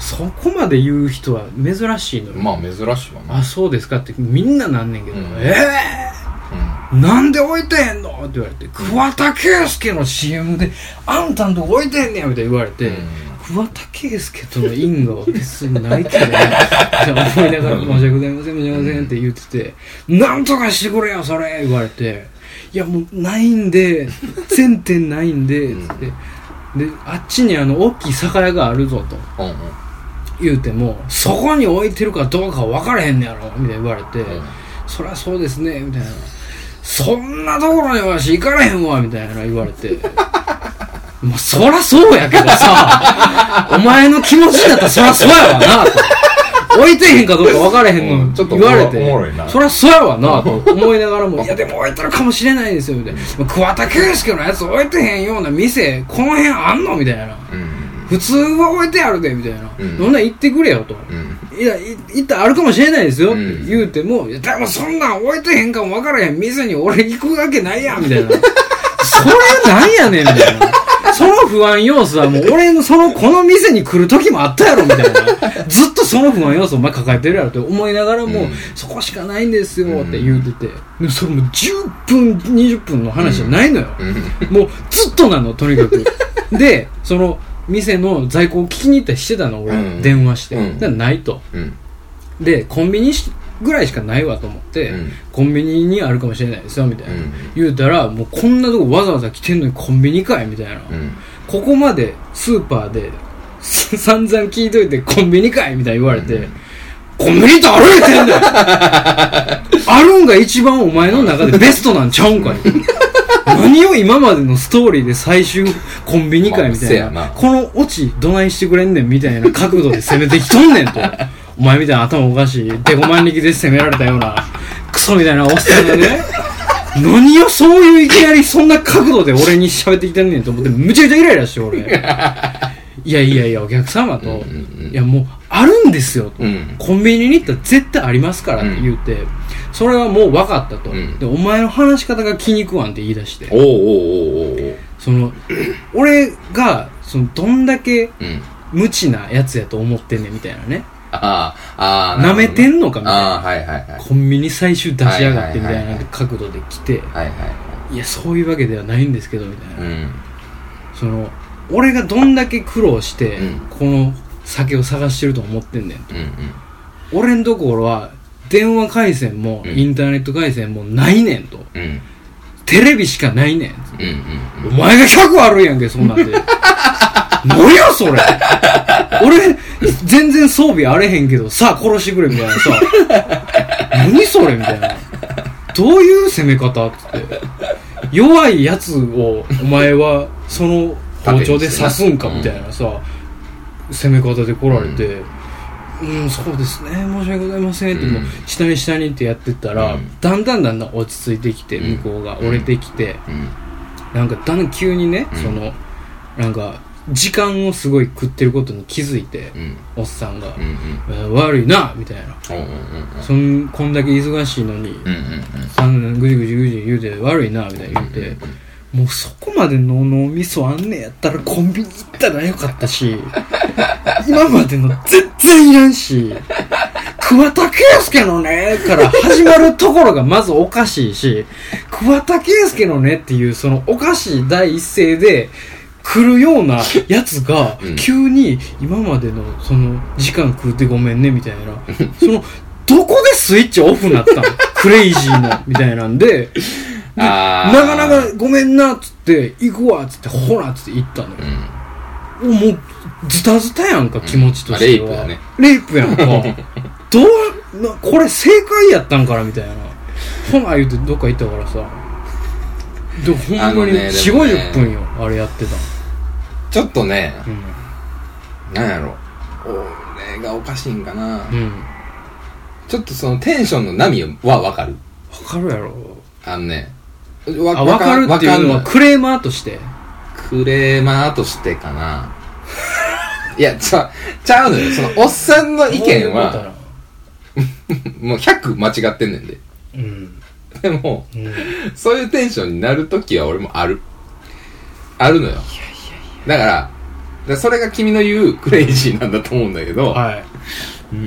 S1: そこまで言う人は珍しいのよ、
S2: まあ珍しいわな
S1: あそうですかってみんななんねんけど「
S2: うん
S1: ええー!」なんで置いてへんのって言われて、桑田佳祐の CM で、あんたんとこ置いてへんねやみたいに言われて、
S2: うん
S1: 桑田佳祐との因果は別にないけどね、って思いながら、申し訳ございません、申し訳ございませんって言ってて、なんとかしてくれよ、それ言われて、いや、もうないんで、全店ないんで、つって、で、あっちにあの、大きい酒屋があるぞと。
S2: うんうん
S1: 言うてもそこに置いてるかどうか分からへんねやろみたいに言われて、
S2: ん
S1: そりゃそうですねみたいなそんなところにわし行かれへんわみたいな言われて まあそりゃそうやけど さお前の気持ちだったらそりゃそうやわなと置いてへんかどうか分からへんの、
S2: うんちょっと
S1: 言われて
S2: おもろいな
S1: そりゃそうやわな と思いながらも「いやでも置いてるかもしれないですよ」みたいな「桑田佳祐のやつ置いてへんような店この辺あんの?」みたいな。
S2: うん
S1: 普通は置いてあるでみたいな、
S2: うん
S1: そんなん言ってくれよと、
S2: うん
S1: いやい行ったらあるかもしれないですよっ
S2: う
S1: て
S2: ん
S1: 言うても、いやでもそんなん置いてへんかも分からへん店に俺行くわけないやんみたい なそれなんやねんみたいなその不安要素はもう俺のそのこの店に来る時もあったやろみたいなずっとその不安要素お前抱えてるやろって思いながらも、
S2: うん
S1: そこしかないんですよって言うてて、でもそれもう10分20分の話じゃないのよ、
S2: うん
S1: もうずっとなのとにか くでその店の在庫を聞きに行ったりしてたの俺、
S2: うん
S1: 電話して、
S2: うん
S1: だからないと
S2: うん
S1: でコンビニしぐらいしかないわと思って、
S2: うん
S1: コンビニにあるかもしれないですよみたいな、
S2: うん
S1: 言うたらもうこんなとこわざわざ来てんのにコンビニかいみたいな、
S2: うん
S1: ここまでスーパーで 散々聞いといてコンビニかいみたいに言われて、
S2: うん
S1: コンビニって歩いてんだよ あるんが一番お前の中でベストなんちゃうんかい 何を今までのストーリーで最終コンビニかいみたいな,、
S2: まあ
S1: このオチどないしてくれんねんみたいな角度で攻めてきとんねん とお前みたいな頭おかしいデコ万力で攻められたようなクソみたいなおっさんがね何をそういういきなりそんな角度で俺に喋ってきてんねんと思ってむちゃくちゃイライラして俺 いやいやいやお客様と、
S2: うんうんうん
S1: いやもうあるんですよと、
S2: うん
S1: コンビニに行ったら絶対ありますからって言うて、それはもう分かったと、
S2: うん
S1: でお前の話し方が気に食わんって言い出して
S2: おうおうおうおうおう
S1: その俺がそのどんだけ
S2: うん
S1: 無知なやつやと思ってんねんみたいなね
S2: ああああ
S1: なめてんのかみたいな
S2: ああはいはいはい
S1: コンビニ最終出しやがってみ
S2: はいは
S1: た
S2: いはいい
S1: な
S2: は
S1: い角度で来て
S2: はいはい
S1: やそういうわけではないんですけどみたいな、
S2: いうん
S1: その俺がどんだけ苦労して、
S2: うん
S1: この酒を探してると思ってんねんと
S2: うんうん
S1: 俺んところは電話回線も
S2: うん
S1: インターネット回線もないねんと、
S2: うん
S1: テレビしかないねん、
S2: うんうん
S1: お前が100あるやんけそんなんで何やそれ俺全然装備あれへんけどさあ殺してくれみたいなさ何それみたいなどういう攻め方っつって弱いやつをお前はその包丁で刺すんかみたいなさ、攻め方で来られて、うん、そうですね、申し訳ございませんって、
S2: うん
S1: もう下に下にってやってったら、
S2: うん
S1: だんだんだんだん落ち着いてきて、
S2: うん
S1: 向こうが折れてきて、
S2: うん
S1: なんかだんだん急にね、
S2: うん
S1: そのなんか時間をすごい食ってることに気づいて
S2: う、ん
S1: おっさんが
S2: うんうんうん
S1: 「えー悪いな」みたいな
S2: うんうん
S1: 「そんこんだけ忙しいのに、
S2: うんうん
S1: さんぐじぐじぐじ言うて悪いな」みたいな言って、もうそこまでの脳みそあんねやったらコンビニ行ったらよかった し今までの全然いらんし桑田佳祐のねから始まるところがまずおかしいし桑田佳祐のねっていうそのおかしい第一声で来るようなやつが
S2: うん
S1: 急に今までのその時間食うてごめんねみたいなそのどこでスイッチオフになったのクレイジーなみたいなんで
S2: あー
S1: なかなかごめんなっつって行くわっつってほらっつって行ったの
S2: う
S1: よ、
S2: ん
S1: もうズタズタやんか気持ちとしては、
S2: うんま
S1: レイプやん かどうなこれ正解やったんからみたいなほな言うてどっか行ったからさでほん
S2: あ
S1: ま
S2: の
S1: に
S2: ねでもね
S1: 4 5 0分よあれやってた
S2: ちょっとね
S1: うん
S2: なんやろ俺がおかしいんかな
S1: うん
S2: ちょっとそのテンションの波はわかる
S1: 分かるやろ
S2: あのね
S1: あ
S2: わ
S1: 分かるっていうのは
S2: わかんない
S1: クレーマーとして
S2: クレーマーとしてかないや、ちゃ、ちゃうのよ。その、おっさんの意見は、もう100間違ってんねんで。
S1: うん、
S2: でも、
S1: うん、いやいやい
S2: そういうテンションになるときは俺もある。あるのよ。だから、だからそれが君の言うクレイジーなんだと思うんだけ
S1: や
S2: ど、
S1: はい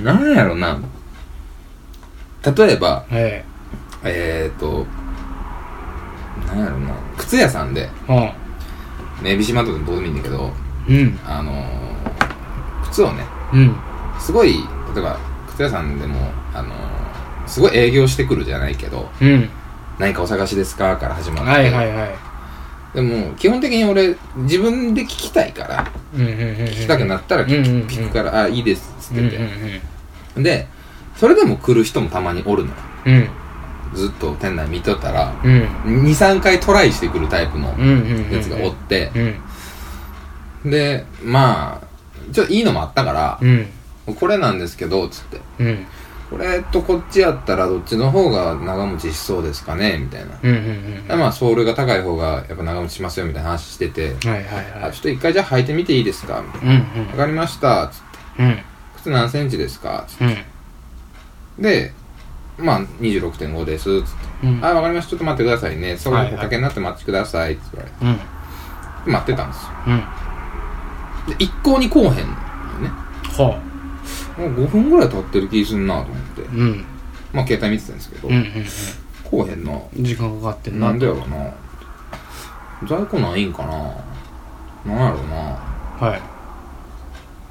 S2: なんやろな。例えば、
S1: え
S2: えっ、ー、と、なんやろな。靴屋さんで、
S1: えは
S2: ね、ビシマントでもどうでもいいんだけど、
S1: うん
S2: あのー靴をね、
S1: うん
S2: すごい、例えば、靴屋さんでも、あのーすごい営業してくるじゃないけど、
S1: うん
S2: 何かお探しですかから始まって。
S1: はいはいは
S2: でも、基本的に俺、自分で聞きたいから、
S1: いうんうんうんうん
S2: 聞きたくなったら聞,、
S1: うんうんうん
S2: 聞くから、あ、いいです、つっ
S1: うん
S2: て
S1: うん
S2: て、で、それでも来る人もたまにおるのよ。
S1: うん
S2: ずっと店内見とったら、
S1: うん
S2: 2、3回トライしてくるタイプの
S1: うんうんうんうん
S2: やつがおって
S1: う、ん
S2: で、まあ、ちょっといいのもあったから
S1: う、ん
S2: これなんですけど、つって。
S1: うん
S2: これとこっちやったらどっちの方が長持ちしそうですかねみたいな。
S1: うんうん
S2: まあ、ソールが高い方がやっぱ長持ちしますよみたいな話してて、
S1: うんはいはいは
S2: あ、
S1: い
S2: ちょっと一回じゃあ履いてみていいですかみたい
S1: うんうん
S2: なわかりました。つって
S1: うん
S2: 靴何センチですかつっ
S1: うん
S2: てで、まあ、26.5です。つって
S1: うん
S2: あ、わかりました。ちょっと待ってくださいね。ソール
S1: はい
S2: お
S1: はい
S2: かけになって待ちください。つって言われ
S1: うんうん
S2: て。待ってたんですよ。で、一向にこうへんのよね。
S1: は
S2: もう5分ぐらい経ってる気すんなと思って
S1: あ。うん
S2: まあ、携帯見てたんですけど、
S1: うんうん
S2: こうへんな。
S1: うん時間かかってん
S2: なんでやろな在庫ないんかななんやろな
S1: はい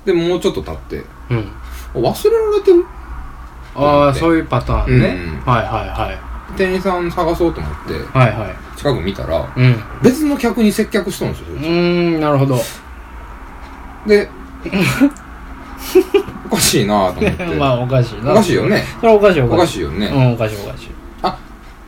S2: でももうちょっと経って
S1: うん
S2: あ忘れられてる
S1: ああそういうパターンね、
S2: うん
S1: はいはい
S2: 店員さん探そうと思って
S1: はいはいは
S2: 近く見たら
S1: いうん
S2: 別の客に接客しとんで
S1: う
S2: すよ
S1: ーんなるほど
S2: で おかしいなと思って、
S1: まあおかしいな
S2: おかしいよね
S1: それはおかしいお
S2: お
S1: か
S2: か
S1: しい
S2: しいよ
S1: う
S2: ね、
S1: んおかしいおかしい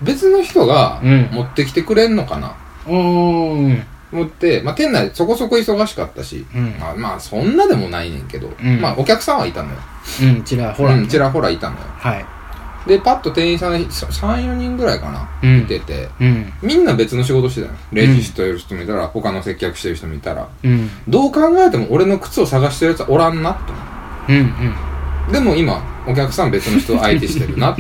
S2: 別の人が
S1: うん
S2: 持ってきてくれんのかな
S1: うーん
S2: 思って、まあ、店内そこそこ忙しかったし、
S1: うん
S2: まあ、まあそんなでもないねんけど、
S1: ん
S2: まあお客さんはいたのよ
S1: うんちらほら、
S2: うんちらほらいたのよ
S1: はい
S2: でパッと店員さん34人ぐらいかな
S1: うん
S2: 見てて
S1: うん
S2: みんな別の仕事してたのレジしてる人見たら、他の接客してる人見たら
S1: うん
S2: どう考えても俺の靴を探してるやつはおらんなと
S1: う
S2: 思
S1: んうん
S2: うでも今お客さん別の人を相手してるなっ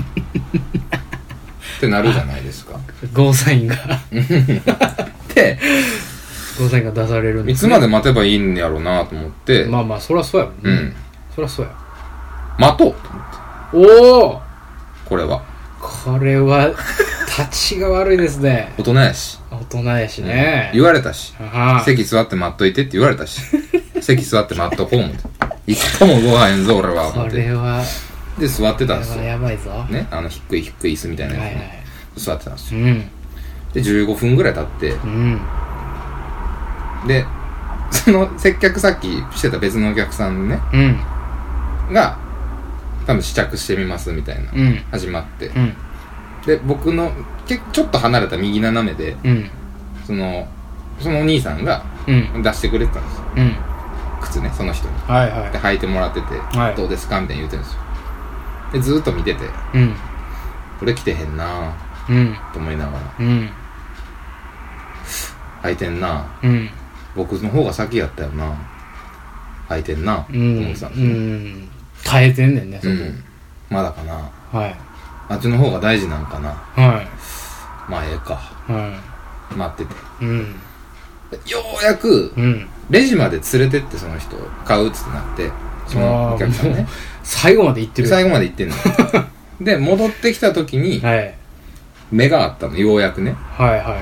S2: てなるじゃないですか
S1: ゴーサインが
S2: で
S1: ゴーサインが出されるん
S2: い
S1: で
S2: つ
S1: す、
S2: まで待てばいいんやろうなと思って、
S1: まあまあそりゃそうやもんね、
S2: うん
S1: そりゃそうや
S2: 待とう
S1: おお
S2: これは
S1: これは立ちが悪いですね
S2: 大人やし、
S1: 大人やしね、
S2: 言われたし
S1: ああ
S2: 席座って待っといてって言われたし席座って待っとこう思って一個もご飯へんぞ俺は思
S1: こ
S2: っ
S1: れ
S2: て
S1: は
S2: で座ってたんで
S1: こ
S2: す
S1: れは
S2: よ
S1: やばいぞ、
S2: ねあの低い低い椅子みたいな
S1: はいは
S2: やつ、ね
S1: い
S2: 座ってたんですよ
S1: うん
S2: で15分ぐらい経って
S1: うん
S2: でその接客さっきしてた別のお客さんね
S1: うん
S2: が多分試着してみますみたいな、
S1: うん
S2: 始まって
S1: うん
S2: で僕のけちょっと離れた右斜めで
S1: うん
S2: そのそのお兄さんが
S1: うん
S2: 出してくれてたんですよ
S1: うん
S2: 靴ねその人に
S1: はいは
S2: で履いてもらってて、
S1: い
S2: どうですかみたいに言うてるんですよでずーっと見てて
S1: いうん
S2: これ着てへんな
S1: うん
S2: ぁと思いながら
S1: うん
S2: 履いてんなぁ
S1: うん
S2: 僕の方が先やったよな空いてんな、
S1: う
S2: と
S1: ん
S2: 思ってたんで
S1: う
S2: すよ、
S1: ん耐えてんねんねそこ、
S2: うんまだかな
S1: はい
S2: あっちの方が大事なんかな
S1: はい
S2: まあええか
S1: は
S2: 待ってて
S1: いうん
S2: ようやく
S1: うん
S2: レジまで連れてってその人を買うっつってなってそのお客さん
S1: あー
S2: ね
S1: もう最後まで行ってる
S2: 最後まで行ってんので戻ってきた時に
S1: はいはい
S2: 目があったのようやくね
S1: はいは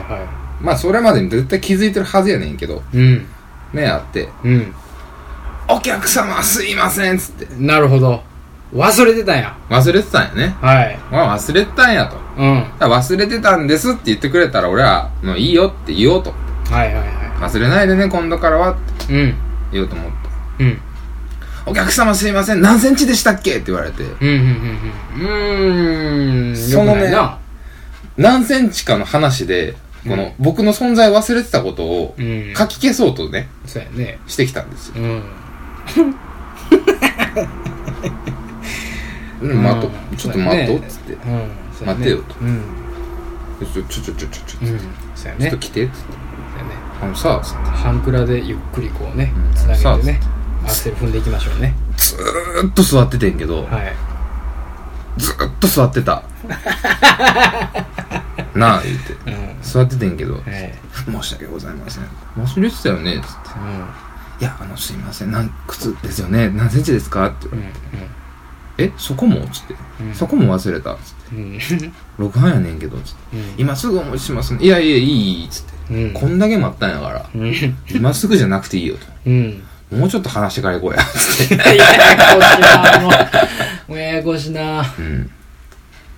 S2: まあそれまでに絶対気づいてるはずやねんけど
S1: いうん
S2: 目あって
S1: うん
S2: 「お客様すいません」っつって
S1: なるほど忘れてたんや
S2: 忘れてたんやね
S1: はい
S2: まあ忘れてたんやと
S1: うんは
S2: 忘れてたんですって言ってくれたら俺はもういいよって言おうと
S1: いはいは
S2: 忘れないでね今度からはって
S1: いうん
S2: 言おうと思った
S1: うん
S2: お客様すいません何センチでしたっけって言われて
S1: うんうんうんうんうーん
S2: そのね
S1: よくないな
S2: 何センチかの話でこの、僕の存在を忘れてたことを
S1: うん
S2: 書き消そうとね
S1: そうやね
S2: してきたんですよ、
S1: うん
S2: うん、待と
S1: うん
S2: ちょっと待と
S1: そうやね
S2: うっつって、
S1: うんそうやね
S2: 待てよと
S1: うん
S2: ちょちょちょちょちょちょ
S1: うんそうや
S2: ちょっ
S1: ね
S2: と
S1: そう
S2: 来てっつって
S1: やね
S2: あのさっつって
S1: 半クラでゆっくりこうね
S2: うん
S1: つなげてねアクセル踏んでいきましょうね
S2: ずーっと座っててんけど、
S1: はい
S2: ずーっと座っ てたなあ言って
S1: うん
S2: 座っててんけど
S1: はい
S2: 「申し訳ございません」「忘れてたよね」つって「いやあのすいませんなん靴ですよね何センチですか?」って
S1: うんうん
S2: 「えそこも?」つって
S1: うん
S2: 「そこも忘れた」つって
S1: うんうん
S2: 「録画やねんけど」つって「今すぐお持ちしますね」「いやいやいいいい」つって
S1: う
S2: 「こんだけ待ったんやから
S1: うん
S2: 今すぐじゃなくていいよ」と
S1: うん
S2: 「もうちょっと話してから行こうや」つって
S1: ややこしいなもうややこしいな
S2: うん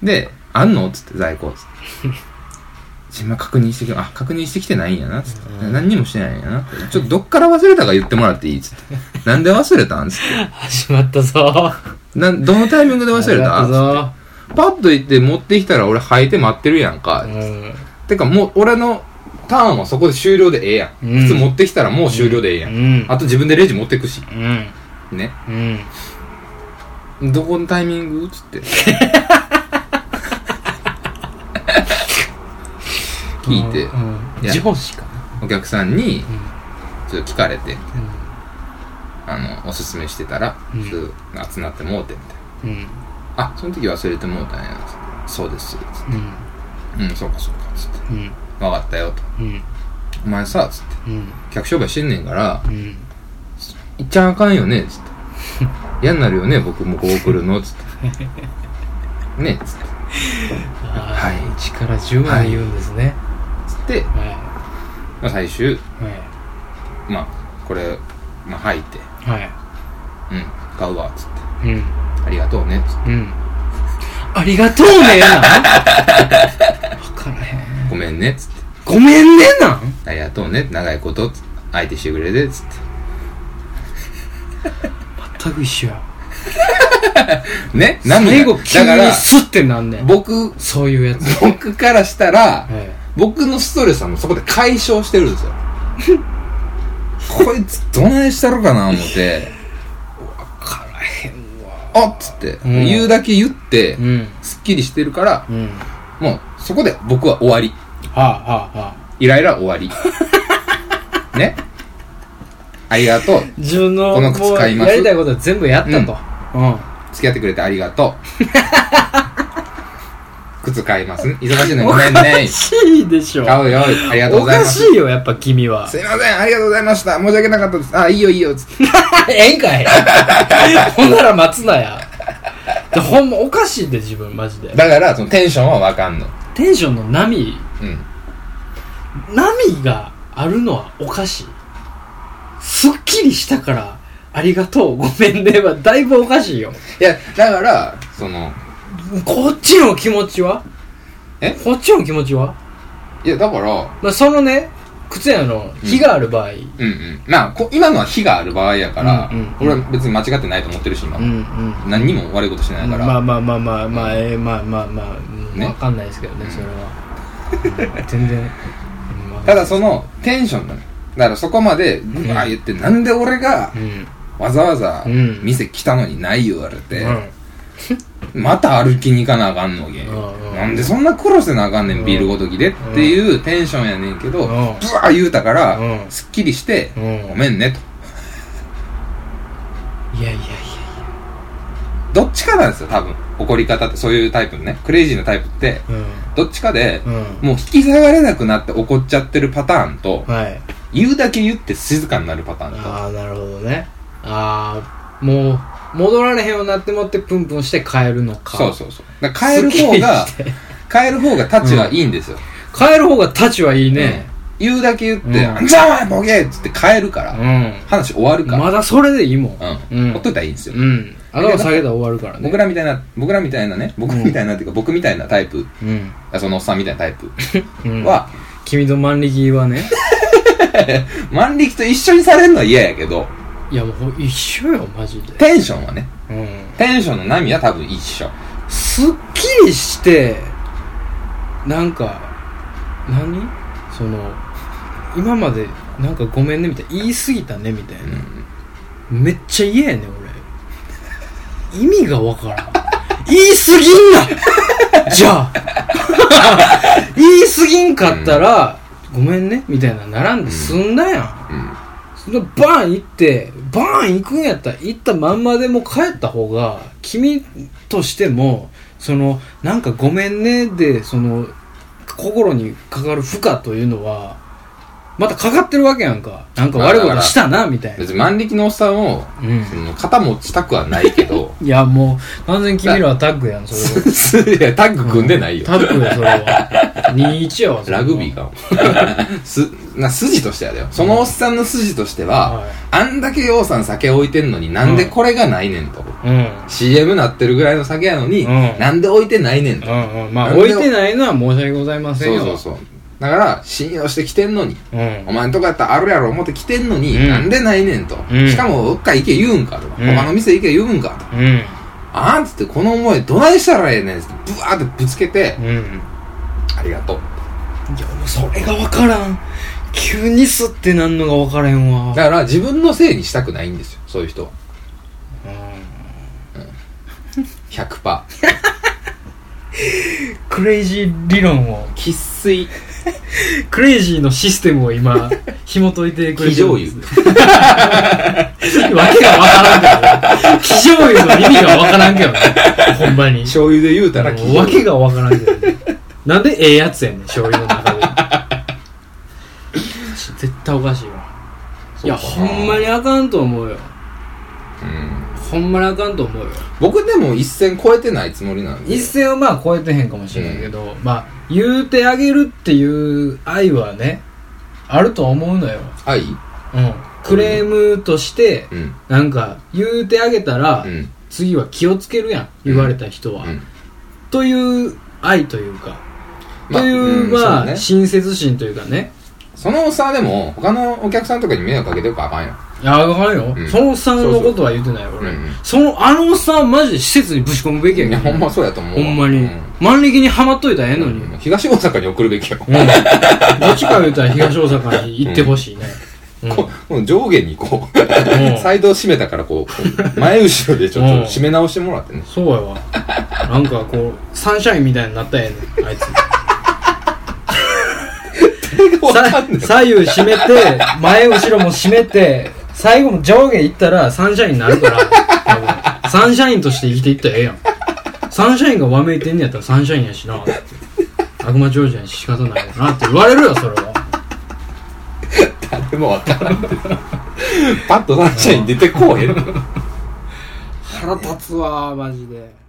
S2: で「あんの?」つって在庫つって今確認してきてあ確認してきてないんやなつっ
S1: う
S2: て、
S1: ん
S2: 何にもしてないんやなってちょっとどっから忘れたか言ってもらっていいつ って「なんで忘れたん?」つって
S1: 始まったぞ
S2: なんどのタイミングで忘
S1: 始
S2: れ
S1: まった
S2: た
S1: ぞ
S2: パッと行って持ってきたら俺履いて待ってるやんか、
S1: うん
S2: てかもう俺のターンはそこで終了でええやん、
S1: うん
S2: 靴持ってきたらもう終了でええやん、
S1: うん
S2: あと自分でレジ持ってくし
S1: うん
S2: ね
S1: うん
S2: どこのタイミング つって聞いて
S1: うん
S2: いや
S1: 自本誌か
S2: お客さんにちょっと聞かれて
S1: な
S2: あのおすすめしてたら、
S1: うん
S2: ちょっと熱なってもうてみたい
S1: うんうん
S2: なあその時忘れてもうたんやつってそうですつって
S1: うん
S2: うんそうかそうかつって
S1: うん
S2: 分かったよと
S1: うん
S2: お前さつって
S1: うん
S2: 客商売してんねんから
S1: うん
S2: 行っちゃあかんよね つって嫌になるよね僕もこう送るの つってねつって
S1: は
S2: はい
S1: い力十分に言うんですね
S2: つって、ま
S1: は
S2: あ、最終
S1: いは
S2: まあこれ、まあ、入って
S1: いはい
S2: うん買うわつって
S1: うん
S2: ありがとうねつって
S1: うんありがとうねな分からへん
S2: ごめんねつって
S1: ごめんねなん
S2: ありがとうね長いことつって相手してくれてつって
S1: 全く一緒や
S2: ね
S1: 最後急
S2: だか
S1: に
S2: ら
S1: スッてなんねん
S2: 僕
S1: そういうやつ
S2: 僕からしたら
S1: はい
S2: 僕のストレスはもうそこで解消してるんですよ こいつどないしたろかな思って
S1: からへんわ
S2: あっつって、
S1: ん
S2: 言うだけ言って、
S1: うん
S2: すっきりしてるから、
S1: うん
S2: もうそこで僕は終わり。
S1: はあはあはあ
S2: イライラは終 わり。ねありがとう。
S1: 自分の
S2: この靴
S1: もう
S2: 買います
S1: やりたいことは全部やったとうん
S2: 付き合ってくれてありが とう。靴買います。忙しいのにごめんね
S1: おか。しいでしょ
S2: 買うよ。ありがと
S1: お
S2: うござい
S1: か
S2: ま
S1: し
S2: す。
S1: いよやっぱ君は
S2: すいません。ありがとうございました。申し訳なかったです。あ、いいよいいよ。つって
S1: ええんかい ほんなら待つなやでほんまおかしいで自分マジで
S2: だから、そのテンションはわかんの。
S1: テンションの波
S2: うん。
S1: 波があるのはおかしいすっきりしたからありがとうごめんね はだいぶおかしいよ
S2: いや、だから、その、
S1: こっちの気持ちは
S2: え
S1: こっちの気持ちはい
S2: や、だから、
S1: まあ、そのね靴屋の火がある場合、うん、
S2: うんうん。まあ、こ今のは火がある場合やから、
S1: うんうんうん
S2: 俺は別に間違ってないと思ってるし、今。
S1: うん
S2: 何にも悪いことしてないから、
S1: まあまあまあまあまあ、えーまあまあまあ、うん
S2: ね
S1: わかんないですけどねそれは、うん全然、うんわか
S2: た
S1: んない
S2: だそのテンションだねだからそこまでうわー言って、なんで俺が
S1: うん
S2: わざわざ
S1: うん
S2: 店来たのにない言われて、
S1: うん
S2: また歩きに行かなあかんのげ、
S1: うんうん
S2: なんでそんな苦労せなあかんねん、
S1: うん
S2: ビールごときでっていうテンションやねんけ
S1: う
S2: ど、
S1: ん
S2: ブワー言うたから、
S1: うん
S2: すっきりして、
S1: うん
S2: ごめんねと
S1: いやいやいや
S2: どっちかなんですよ多分怒り方ってそういうタイプのねクレイジーなタイプって
S1: いや
S2: どっちかで、
S1: うんうん
S2: もう引き下がれなくなって怒っちゃってるパターンと、
S1: はい
S2: 言うだけ言って静かになるパターンと
S1: ああなるほどねああもう戻られへんようになってもってプンプンして帰るのか
S2: そうそうそう。だから変える方が
S1: すっきりして、
S2: 変える方がタチはいいんですよ。
S1: 帰る方が立ちはいいね
S2: うん言うだけ言って、
S1: うん
S2: あん、じゃあお前ボケーっつって変えるから、
S1: うん、
S2: 話終わるから、
S1: まだそれでいいもん
S2: うん、
S1: うん
S2: ほっといたらいいんですよ。
S1: うん頭下げたら終わるからね
S2: 僕らみたいな、僕らみたいなね、僕みたいなっていうか、僕みたいなタイプ、
S1: うん
S2: あそのおっさんみたいなタイプ
S1: うん
S2: は、
S1: 君と万力はね
S2: 万力と一緒にされるのは嫌やけど、
S1: いやもうほん一緒よマジで
S2: テンションはね、
S1: うん
S2: テンションの波は多分一緒。
S1: すっきりしてなんか何その今までなんかごめんねみたいな言い過ぎたねみたいな、めっちゃ嫌やねん俺意味がわから ん言い過ぎんなじゃあ 言い過ぎんかったら、ごめんねみたいなならんで済んだやん、
S2: うん。
S1: そのバーン行ってバーン行くんやったら行ったまんまでも帰った方が君としてもそのなんか「ごめんね」でその心にかかる負荷というのはまたかかってるわけやんかなんか悪いことしたなみたいな
S2: 別に万力のおっさんを、
S1: うん
S2: その肩持ちたくはないけど
S1: いやもう完全に君らはタッグやんそれは
S2: いやタッグ組んでないよ、
S1: タッグやそれは21やわそれは
S2: ラグビーかも すな筋としてはだよそのおっさんの筋としては、
S1: はい
S2: あんだけようさん酒置いてんのになんでこれがないねんと、
S1: うん
S2: CM なってるぐらいの酒やのに、
S1: うん
S2: なんで置いてないねんと、
S1: うんうんまあ置いてないのは申し訳ございません
S2: そう
S1: よ
S2: そうそうだから信用してきてんのに
S1: う
S2: お
S1: ん
S2: 前んとこやったらあるやろ思って来てんのに、
S1: うん
S2: なんでないねんと、
S1: うん
S2: しかもどっか行け言うんかとか、
S1: うん
S2: 他の店行け言うんかと
S1: うん
S2: あんつってこの思いどないしたらええねんっつってブワーってぶつけて、
S1: うん
S2: ありがとう
S1: いやもうそれが分からん急にすってなんのが分からへんわ
S2: だから自分のせいにしたくないんですよそういう人は
S1: うん
S2: 100%
S1: クレイジー理論を
S2: 生粋
S1: クレイジーのシステムを今紐解いてくれ
S2: 非
S1: てる
S2: 常
S1: んで
S2: 油
S1: すわけが分からんけどね非常油の意味が分からんけどねほんまに
S2: 醤油で言うたら
S1: もうわけが分からんけどねなんでええやつやねん醤油の中で絶対おかしいわいやほんま
S2: に、
S1: にあかんと思うよ
S2: うん
S1: ほんまにあかんと思うよ
S2: 僕でも一線超えてないつもりなんで
S1: 一線はまあ超えてへんかもしれないけど、まあ言うてあげるっていう愛はねあると思うのよ、
S2: はい
S1: うん、クレームとして
S2: うん
S1: なんか言うてあげたら、
S2: うん
S1: 次は気をつけるやん言われた人は、
S2: うん
S1: という愛というか、
S2: まあ
S1: という
S2: うん
S1: まあ、
S2: そうね
S1: 親切心というかね
S2: そのおっさんでも他のお客さんとかに迷惑かけてるからあかんよ
S1: いや分かるよ、
S2: うん
S1: そのおっさんのことは言ってないよ俺、
S2: うんうん
S1: そのあのおっさんはマジで施設にぶち込むべきや
S2: いや
S1: け
S2: ほん
S1: ど
S2: まそうやと思うわ
S1: ほんまに、
S2: う
S1: 万力にはまっといたらええのに、
S2: うん東大阪に送るべきよ、
S1: うん、どっちか言うたら東大阪に行ってほしいね。うん
S2: ここの上下にこう、
S1: うん
S2: サイドを締めたからこう、前後ろでちょっ
S1: うん
S2: と締め直してもらってね。
S1: そうやわ。なんかこう、サンシャインみたいになったらええねん、あいつ。
S2: わかん ない。
S1: さ左右締めて、前後ろも締めて、最後も上下行ったらサンシャインになるから多分、サンシャインとして生きていったらええやん。サンシャインがわめいてんねやったらサンシャインやしな。悪魔長者に仕方ないよなって言われるよ、それは。
S2: でもわからんって。パッとサンシャイン出てこうへんの。
S1: 腹立つわ、マジで。